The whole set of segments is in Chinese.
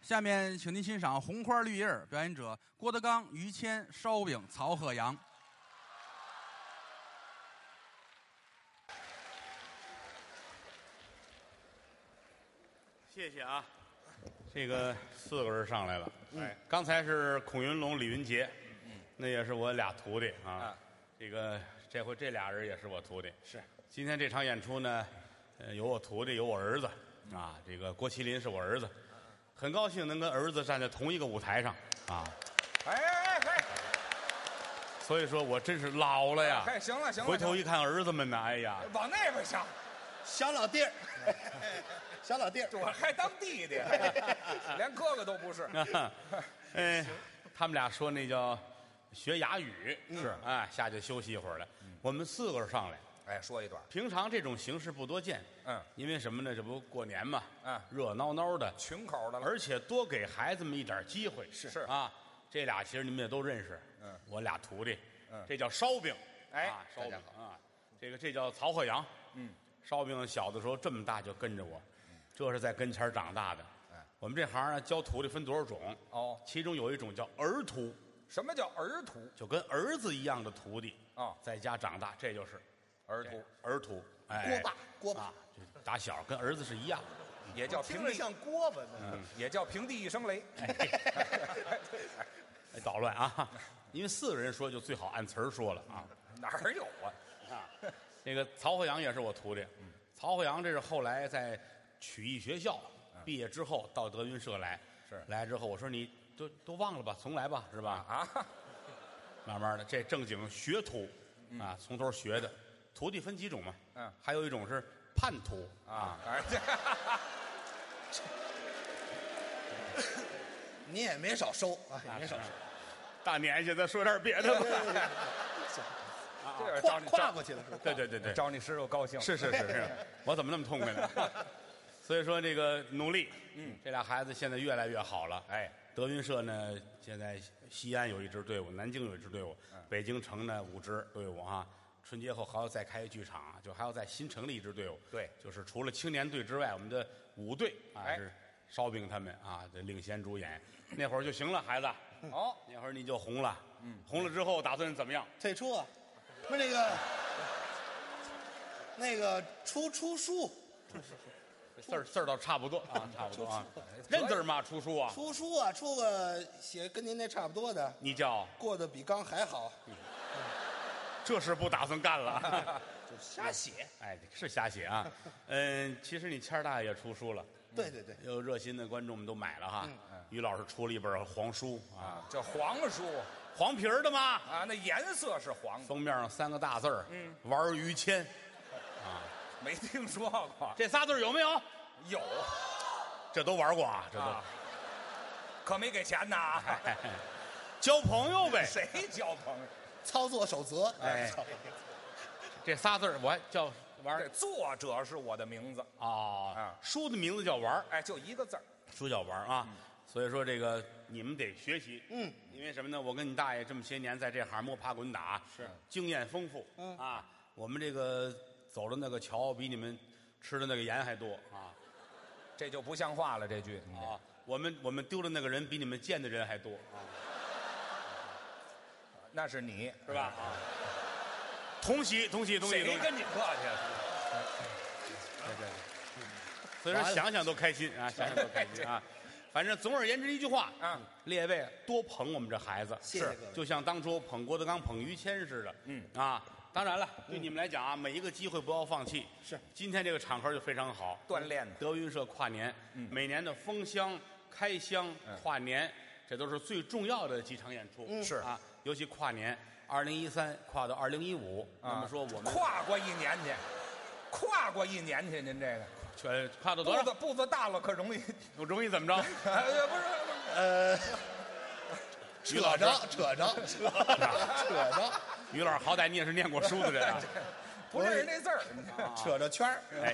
下面，请您欣赏《红花绿叶》，表演者郭德纲、于谦、烧饼、曹鹤阳。谢谢啊，这个四个人上来了。嗯哎，刚才是孔云龙、李云杰，那也是我俩徒弟啊啊。这个这回这俩人也是我徒弟。是今天这场演出呢，呃，有我徒弟，有我儿子嗯啊。这个郭麒麟是我儿子，很高兴能跟儿子站在同一个舞台上啊。哎哎哎所以说我真是老了哎，呀。嗨，行了行了，啊回头一看儿子们呢，哎呀，行了往那边想，小老弟儿， 小老弟儿，我还当弟弟，连哥哥都不是。 哎，他们俩说那叫学哑语，嗯是哎，下去休息一会儿来。我们四个上来，哎，说一段，平常这种形式不多见，嗯，因为什么呢？这不过年嘛，嗯热闹闹的，群口的了，而且多给孩子们一点机会，是是啊，这俩其实你们也都认识，嗯，我俩徒弟，嗯这叫烧饼，哎啊烧大饼家啊，这个这叫曹鹤阳，嗯，烧饼小的时候这么大就跟着我，这是在跟前儿长大的，哎，我们这行啊教徒弟分多少种，哦其中有一种叫儿徒，什么叫儿徒就跟儿子一样的徒弟哦在家长大，这就是儿徒儿徒，哎锅，巴锅巴啊，，就打小跟儿子是一样的。也叫听平着地，嗯像锅巴呢。也叫平地一声雷。哎，捣乱啊！因为四个人说就最好按词儿说了啊。哪儿有啊？啊，那个曹鹤阳也是我徒弟，嗯曹鹤阳这是后来在曲艺学校毕业之后到德云社来，是来之后我说你都都忘了吧，重来吧，是吧？啊， 慢慢的，这正经学徒啊，从头学的。徒弟分几种嘛？嗯还有一种是叛徒啊，哎，这你也没少收啊，也没少收，大年纪的说点别的吧。这跨招你跨过去了 是吧？ 对对对对，招你师傅高兴是是 是是，我怎么那么痛快呢？ 所以说这个努力，嗯，这俩孩子现在越来越好了。哎，德云社呢，现在西安有一支队伍，南京有一支队伍，北京城呢五支队伍啊。春节后还要再开一剧场啊，就还要再新成立一支队伍。对就是除了青年队之外，我们的舞队啊哎是烧饼他们啊这领衔主演。那会儿就行了，孩子，哦，那会儿你就红了。嗯，红了之后打算怎么样？退出啊，不是那个那个出出书字儿字儿倒差不多啊，差不多啊出书，认字儿嘛，出书啊。出书啊，出个写跟您那差不多的，你叫过得比刚还好，这事不打算干了， 就瞎写。哎，是瞎写啊。嗯，其实你谦儿大爷也出书了，对对对，有热心的观众们都买了哈。于老师出了一本黄书啊，这黄书黄皮儿的嘛，啊，那颜色是黄的，封面上三个大字儿，嗯，玩于谦，没听说过。这仨字儿有没有？有这都玩过啊，这都啊，可没给钱呐啊。交朋友呗。谁交朋友？操作守则。哎哎， 这仨字儿我还叫玩这儿作者是我的名字，啊，书的名字叫玩儿哎，就一个字儿。书叫玩儿啊。所以说这个你们得学习，嗯，因为什么呢？我跟你大爷这么些年在这行摸爬滚打，是经验丰富，嗯啊，我们这个走的那个桥比你们吃的那个盐还多啊这就不像话了，这句你这啊！我们我们丢的那个人比你们见的人还多，那是你，是吧？啊，同喜同喜同喜同谁喜！跟你啊客气了？所以说想想都开心啊，想想都开心啊。反正总而言之一句话，嗯，列位多捧我们这孩子，谢谢是各位就像当初捧郭德纲、捧于谦似的，嗯啊。当然了，对你们来讲啊，每一个机会不要放弃。是，今天这个场合就非常好，锻炼呢德云社跨年，每年的封箱、开箱、跨年，这都是最重要的几场演出。是啊，尤其跨年，二零一三跨到二零一五，那么说我们跨过一年去，跨过一年去，您这个全跨到多步少子？步子大了，可容易。 我容易怎么着？哎不是不是，呃，于老扯师着扯着扯 着扯着于老师，好歹你也是念过书的人啊。不认识那字儿，扯着圈儿，哎，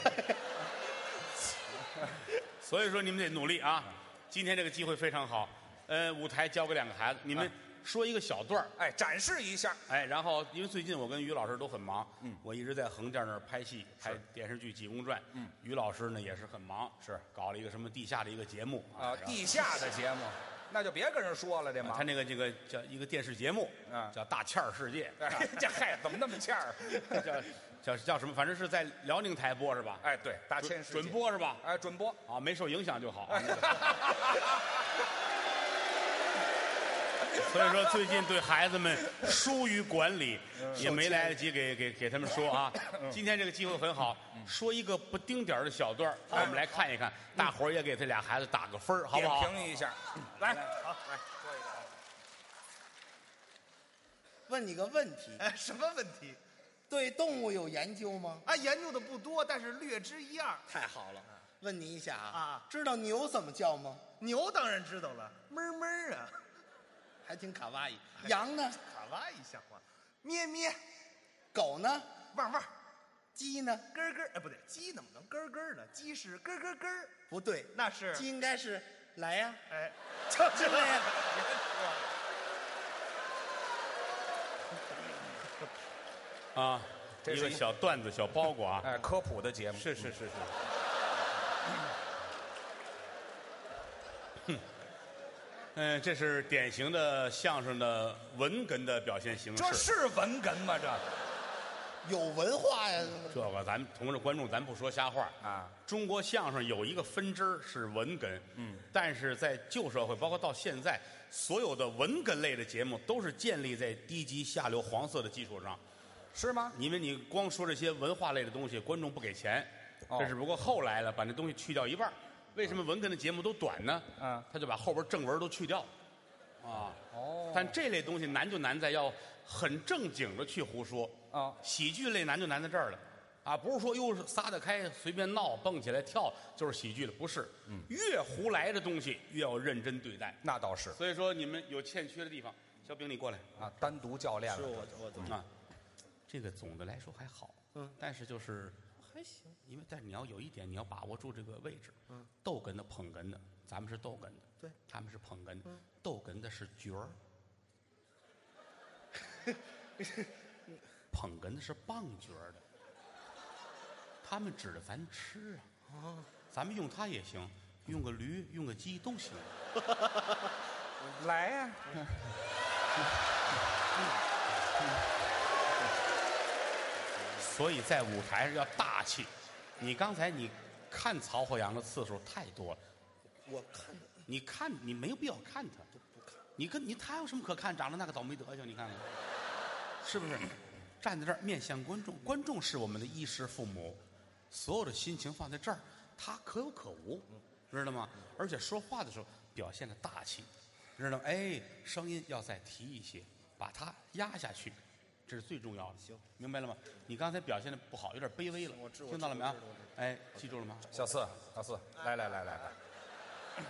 所以说你们得努力啊！今天这个机会非常好，呃，舞台交给两个孩子，你们说一个小段儿。哎，展示一下，哎，然后因为最近我跟于老师都很忙，嗯，我一直在横店那儿拍戏，拍电视剧《济公传》，嗯，于老师呢也是很忙，是搞了一个什么地下的一个节目啊，然后地下的节目，那就别跟人说了，这哎啊忙他。那个这个叫一个电视节目，嗯叫《大倩儿世界 哎，这嗨，怎么那么 欠儿？》， 叫叫叫什么？反正是在辽宁台播是吧？哎，对，大准千世界准，播是吧？哎，准播，啊，没受影响就好。啊 所以说，最近对孩子们疏于管理，嗯也没来得及给给给他们说啊。今天这个机会很好，嗯说一个不丁点儿的小段儿我们来看一看，大伙儿也给这俩孩子打个分儿好不嗯好点？评一下，来，好，来，问你个问题，哎，什么问题？对动物有研究吗？啊，研究的不多，但是略知一二。太好了，问你一下啊嗯啊，知道牛怎么叫吗？牛当然知道了，哞哞啊，还挺卡哇伊。哎羊呢？卡哇伊像话，咩咩，狗呢？汪汪，鸡呢？咯咯，哎，不对，鸡怎么能咯咯呢？鸡是咯咯咯，不对，那是鸡应该是来 呀、哎，就这样。啊，这一是个一小段子、小包裹啊。哎，科普的节目，是是是是。嗯，这是典型的相声的文哏的表现形式。这是文哏吗？这有文化呀、这个咱们同着观众，咱不说瞎话啊。中国相声有一个分支儿是文哏，嗯，但是在旧社会，包括到现在，所有的文哏类的节目都是建立在低级、下流、黄色的基础上。是吗？因为你光说这些文化类的东西，观众不给钱，哦这只不过后来了，把那东西去掉一半儿。为什么文哏的节目都短呢？嗯他就把后边正文都去掉，啊，哦但这类东西难就难在要很正经的去胡说哦喜剧类难就难在这儿了，啊，不是说哟撒得开随便闹蹦起来跳就是喜剧了，不是，嗯越胡来的东西越要认真对待。那倒是所以说你们有欠缺的地方，小饼你过来，啊，单独教练了，我我怎啊，这个总的来说还好，嗯，但是就是还行，因为但是你要有一点，你要把握住这个位置，嗯，逗哏的捧哏的，咱们是逗哏的，对，他们是捧哏的，逗哏的是角 儿，捧哏的是棒角儿的，他们指着咱吃啊，咱们用它也行，用个驴，用个鸡都行。来呀，所以在舞台上要大气。你刚才你看曹鹤阳的次数太多了，我看你看你没有必要看他，你跟你他有什么可看？长得那个倒霉德行，你看看，是不是？站在这儿面向观众，观众是我们的衣食父母，所有的心情放在这儿，他可有可无，知道吗？而且说话的时候表现的大气，知道吗？哎，声音要再提一些，把它压下去，这是最重要的。行，明白了吗？你刚才表现的不好，有点卑微了，我知我知听到了没我有知道我知？哎，记住了吗？小四，小啊四，来来来来来，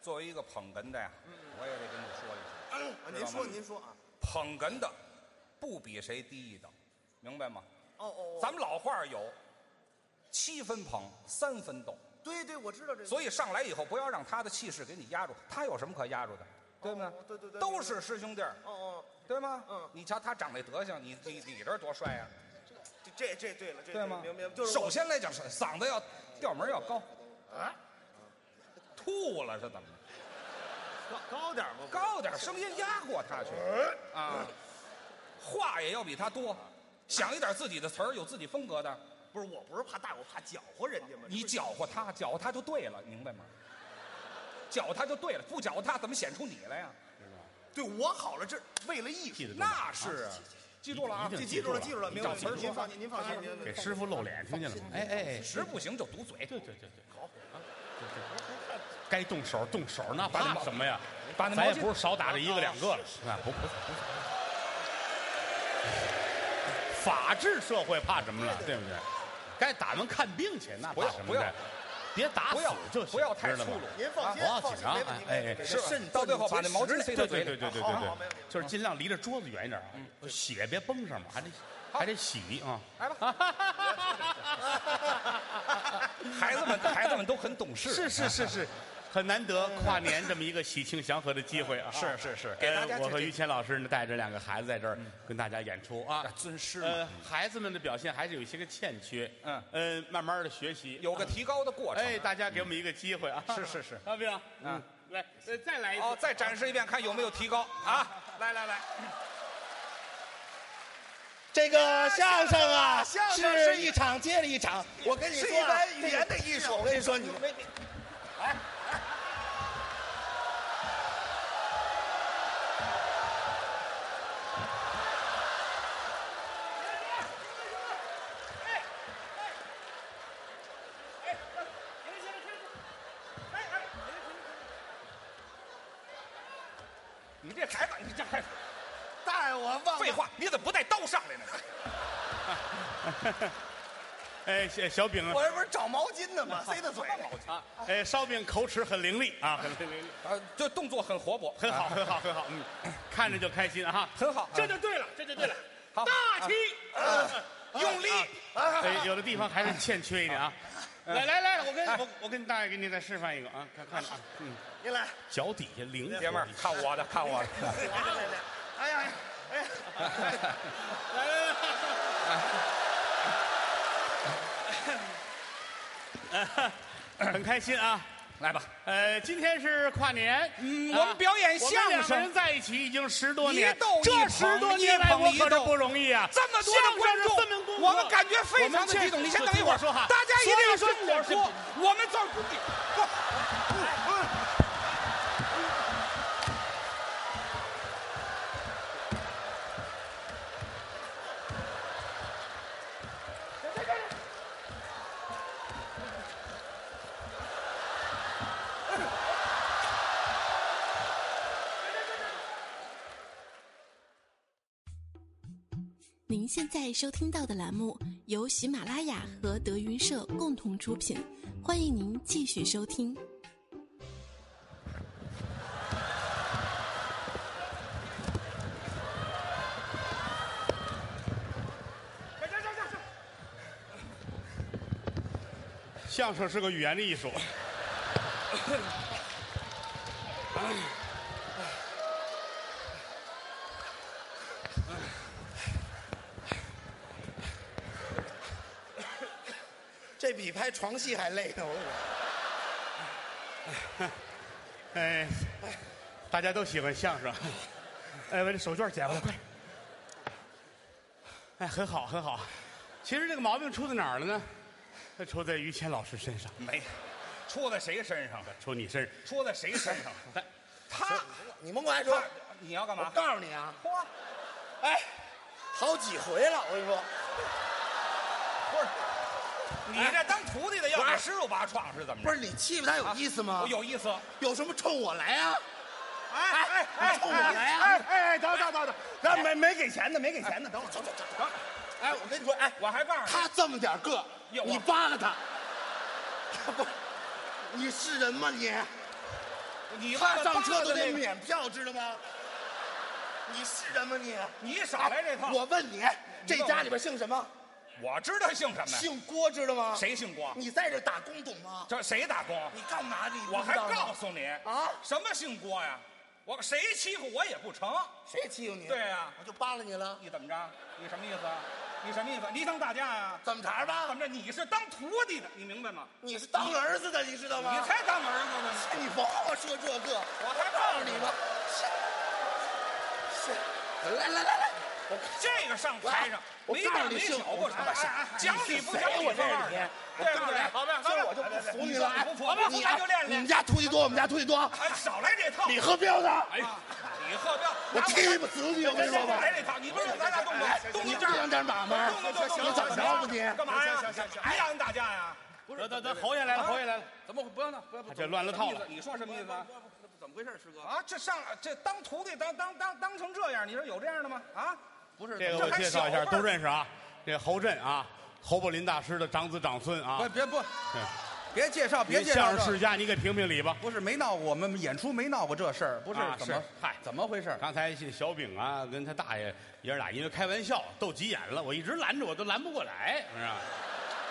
作为一个捧哏的呀，我也得跟你说一声，啊您说您说啊，捧哏的不比谁低一等，明白吗？哦哦，咱们老话儿有七分捧，三分逗，对对，我知道这个，所以上来以后不要让他的气势给你压住，他有什么可压住的？对不对哦？对对对都是师兄弟儿，哦哦，对吗？嗯你瞧他长那德行，你你你这儿多帅呀、这这这对了，这对吗？明明就是首先来讲，是嗓子要调门儿要高，啊，吐了是怎么着？高高点吧，高点儿，声音压过他去啊，话也要比他多，想一点自己的词儿，有自己风格的。不是我不是怕大，我怕搅和人家嘛，你搅和他，搅和他就对了，明白吗？搅和他就对了，不搅和他怎么显出你来呀？对我好了，这为了艺记得术，住吗那是啊，记住了啊一，定这记住了记住了，你明找白？词儿您说您话放心，您放心，您给师傅露脸，听见了吗？哎哎哎，实不行就堵嘴，对对对对，好啊该动手动手，那把那怕毛什么呀？把那毛咱也巾不是少打这一个两个了，啊，不不不，法治社会怕什么了？对不对？该打完看病去，那不怕要什么不要的？别打不死要就行，不要太知道粗吗鲁，您放心，不要放紧心，啊没问题，哎哎没问题。是吧肾到最后把那毛巾塞对到对嘴对里，对对对好好没对问题，啊就是尽量离着桌子远一点嗯啊，血别崩上嘛，还得还得洗啊。来吧。孩子们孩子们都很懂事， 是是是是，很难得跨年这么一个喜庆祥和的机会啊！是是是给大家呃这我和这于谦老师呢，带着两个孩子在这儿跟大家演出啊，尊师嘛，呃，孩子们的表现还是有一些个欠缺，嗯呃，慢慢的学习，有个提高的过程。哎，大家给我们一个机会啊！是 是是阿兵，嗯，来，呃，再来一哦，次，再展示一遍，看有没有提高啊！来来来，这个相声啊，哎相声是是一场接着一场。我跟你是说一啊，门语言的艺术。我跟你说，你没没你这孩子，你这孩子，大爷，我忘废了，话，你怎么不带刀上来呢？哎，小小饼我这不是找毛巾呢吗？塞到嘴里。啊，哎，烧饼口齿很伶俐啊，很很伶俐，啊，这动作很活泼，很好，很好，很好，嗯，看着就开心啊，很好这就对了，这就对了，好大气，用力。哎，有的地方还是欠缺一点啊。来来来，我跟我我跟大爷给你再示范一个啊，看看啊，嗯，您来，脚底下灵活，爷 们儿，看我的，看我的，来来来，哎呀，哎呀，来来来。很开心啊！来吧，呃，今天是跨年，嗯啊我们表演我们相两个声人在一起已经十多一年，逗一这捧十多一年来捧我一可是逗不容易啊！这么多的相观声这么众，功我课们感觉非常的激动。你先等一会我们确实听我儿，说哈大家一定要听我所以说说，我们做兄弟。您现在收听到的栏目由喜马拉雅和德云社共同出品，欢迎您继续收听。相声是个语言的艺术。这比拍床戏还累呢。我跟你说，哎，大家都喜欢相声。哎，把这手绢捡回来，快点！哎，很好，很好。其实这个毛病出在哪儿了呢？出在于谦老师身上，没，戳在谁身上？出你身上。戳在谁身 上？他，啊你甭管说他，，你要干哎我嘛？告诉你啊，嚯，哎，好几回了。我跟你说，不是，你这当徒弟的要给师傅拔创是怎么不着？是你欺负他有意思啊吗？哎我有意思。有什么冲我来啊？哎哎冲我来啊！哎哎，等等等等，那没没给钱的，没给钱的，等会儿，走走走。等，哎，我跟你说，哎，我还告诉他这么点个哟，我你扒拉他，不是， 你是人吗你？你，你他上车都的得那个，免票，知道吗？你是人吗你？你少来哎这套。我问你，这家里边姓什么？我知道姓什么呀？姓郭，知道吗？？谁姓郭？你在这打工懂吗？这谁打工？你干嘛你不知道我吗？还告诉你啊什么姓郭呀？我谁欺负我也不成。谁欺负你？对啊呀我就扒拉你了。你怎么着？你什么意思啊？你什么意思？你想打架呀？怎么茬儿怎吧？么着？你是当徒弟的，你明白吗？你是当儿子的，你知道吗？你才当儿子呢。哎你甭跟我说这个，我还告诉你吧。是是，来来来来，这个上台上我没告大诉你没姓小过程哎哎哎，哎讲你理是不谁讲理我这告诉两你天，我对告不诉对你，？好吧，今好儿吧，我就不服你你了。说哎你不服，好吧，你咱就练你们练。家徒弟多，我们家徒弟多，哎，少来这套。你喝彪子，哎，你喝不要，我拿踢不死你，我跟你说吧。来这套，你不是咱俩动不动，动你动不想点把吗？动动动动你怎么着吧你？干嘛呀？你让人打架呀？不是，等等，侯爷来了，侯爷来了，怎么不要呢？不要不他要这乱了套了。你说什么意思啊？怎么回事，师哥？啊，这上这当徒弟当当当当成这样，你说有这样的吗？啊，不是这个怎我么介绍一这还小下，辈儿都认识啊。这侯震啊，侯宝林大师的长子长孙啊不，别不，别介绍，别您介绍相这声世家，你给评评理吧。不是没闹过，我们演出没闹过这事儿，不是啊怎么是嗨怎么回事？刚才这小饼啊，跟他大爷爷儿俩因为开玩笑斗急眼了，我一直拦着，我都拦不过来，是吧？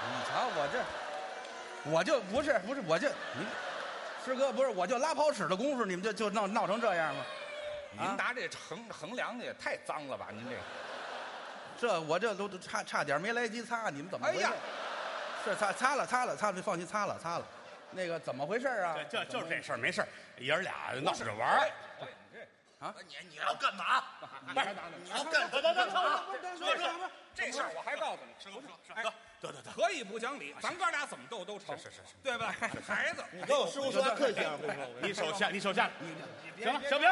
你瞧我这，我就不是不是我就你师哥不是，我就拉泡屎的功夫，你们就就闹闹成这样吗？您拿这衡衡量的也太脏了吧？您这，这我这都都差差点没来得及擦，你们怎么回哎事？呀是擦擦了擦了擦了，放心擦了擦了。那个怎么回事啊？这这就是这事儿，没事儿，爷儿俩闹着玩哎儿。哎，你这你你要干嘛？不是你要干什么？说说这事儿我还告诉你，师傅说，师哎哥，得得得，可以不讲理，咱哥俩怎么斗都成，是是是对吧？孩子，你跟我师傅说客气啊，你手下，你手下，行了，小明，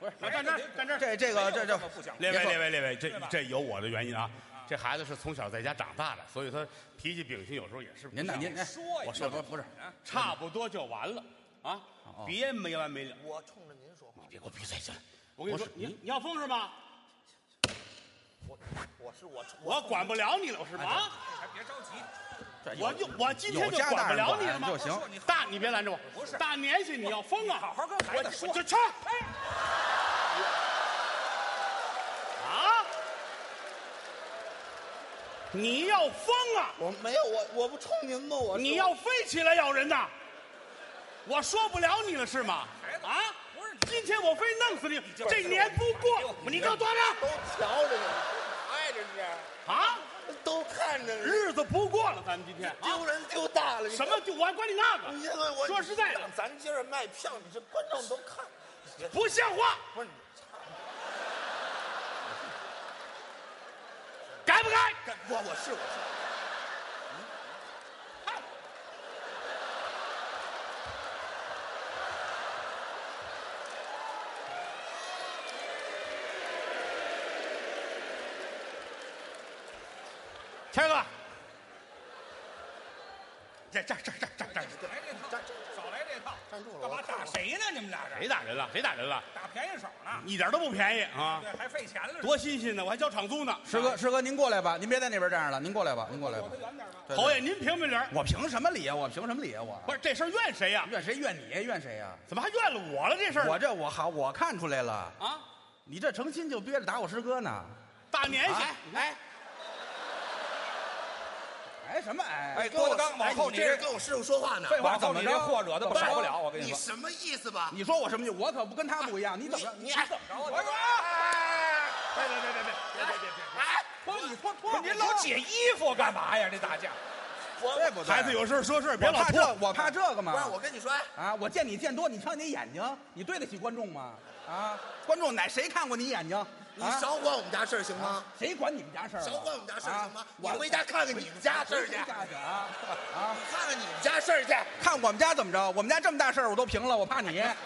不是我站这儿站这儿这这个这这不讲理列位别说列位列位，这对吧这有我的原因啊。这孩子是从小在家长大的，所以他脾气秉性有时候也是不您呢？像您哎说呀我说不不是，差不多就完了啊，别没完没了。我冲着您说话，别给我闭嘴去！我跟你说我，是你你要疯是吗？我我是我冲我管不了你了是吗？还别着急，这有我就我今天有就家大管不人了你了管吗就？行。说你大，你别拦着我。不是大年纪你要疯啊！好好跟孩我子说我哎就去。啊！你要疯啊！我没有我我不冲您吗？我你要飞起来咬人呐！我说不了你了是吗？孩子啊！不是你今天我非弄死你！这年不哎过，你给我端都着瞧着呢，哎，这是啊！都看着呢，日子不过了，咱们今天啊，丢人丢大了。你什么就我还管你那个？你这个我说实在的让咱今儿卖票，你这观众都看，不像话，不是你该不该？干我我是我是，谦哥，这这这这这这这来这套，少来这套，站住了干嘛我看打谁呢？你们俩谁这打人了？谁打人了？打便宜手呢？一点都不便宜啊！对，还费钱了，多新鲜呢，我还交场租呢。师哥，师哥，您过来吧，您别在那边站着了，您过来吧，您过来吧躲。得远点吧。对侯爷，您评评理儿，我凭什么理啊？我凭什么理啊？我不是这事儿怨谁呀？怨谁怨你怨谁呀、怎么还怨了我了？这事儿我这我好，我看出来了，啊，你这成心就憋着打我师哥呢。大年纪，哎，哎什么哎？哎，郭德纲，哎往后你你这是这跟我师傅说话呢？废话，怎怎么么着这祸惹的不少不了，我跟你你说。什么意思吧？你说我什么意思？我可不跟他不一样，你怎么？你哎怎么着？我我说说，别别别别别别别别别！哎，脱你脱脱，您老解衣服干嘛呀？这打架，对不对？孩子有事说事，别我老怕拖这，。我怕这个不是嘛。我跟你说，哎啊，我见你见多，你瞧你那眼睛，你对得起观众吗？啊，观众哪谁看过你眼睛？你啊少管我们家事儿行吗？谁管你们家事儿啊？少管我们家事儿行吗啊？你我回家看看你们家事儿去，回你家去啊啊！看看你们家事儿去。看我们家怎么着？我们家这么大事儿我都平了，我怕你啊！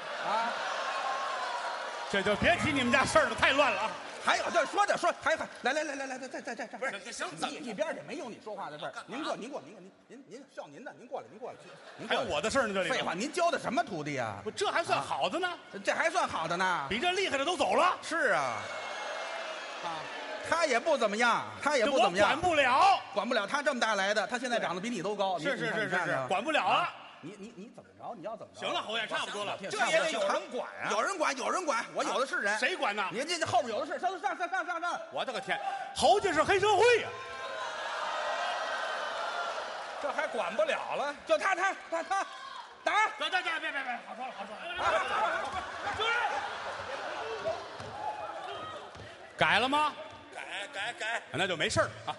这就别提你们家事儿了，太乱了啊！还有，这说着说，还还来来来来来，再再再再，不是行怎么一边儿去，没有你说话的事儿。您过，您过，您过，您您您上您的，您过来，您过来，您还过有来。我的事儿呢，这里废话，您教的什么徒弟啊？不，这还算好的呢，这这还算好的呢。比这厉害的都走了，是啊，啊，他也不怎么样，他也这不我怎么样，管不了，管不了他这么大来的，他现在长得比你都高。你是是你看是你看啊是是看，管不了了。你你你怎么着？你要怎么着？行了，侯爷，差不多了，这这也得有人管啊。有人管，有人管，我有的是人。？谁管呢？您这这后边有的是，上上上上上上，我的个天，侯家是黑社会呀！这还管不了了。就他他他他，打！别别别别别别，好说了好说改了吗？改改改，那就没事儿啊。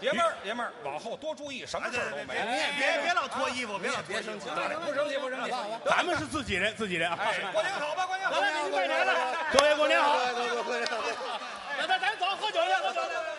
爷们儿，爷们儿，往后多注意，什么事儿都没有。哎别别老脱衣服，别老脱生气，不生气，不生气。咱们是自己人，自己人啊。过年好吧，过年好。各位过年好，哎各位各位各位。咱咱咱走，喝酒去，喝酒去。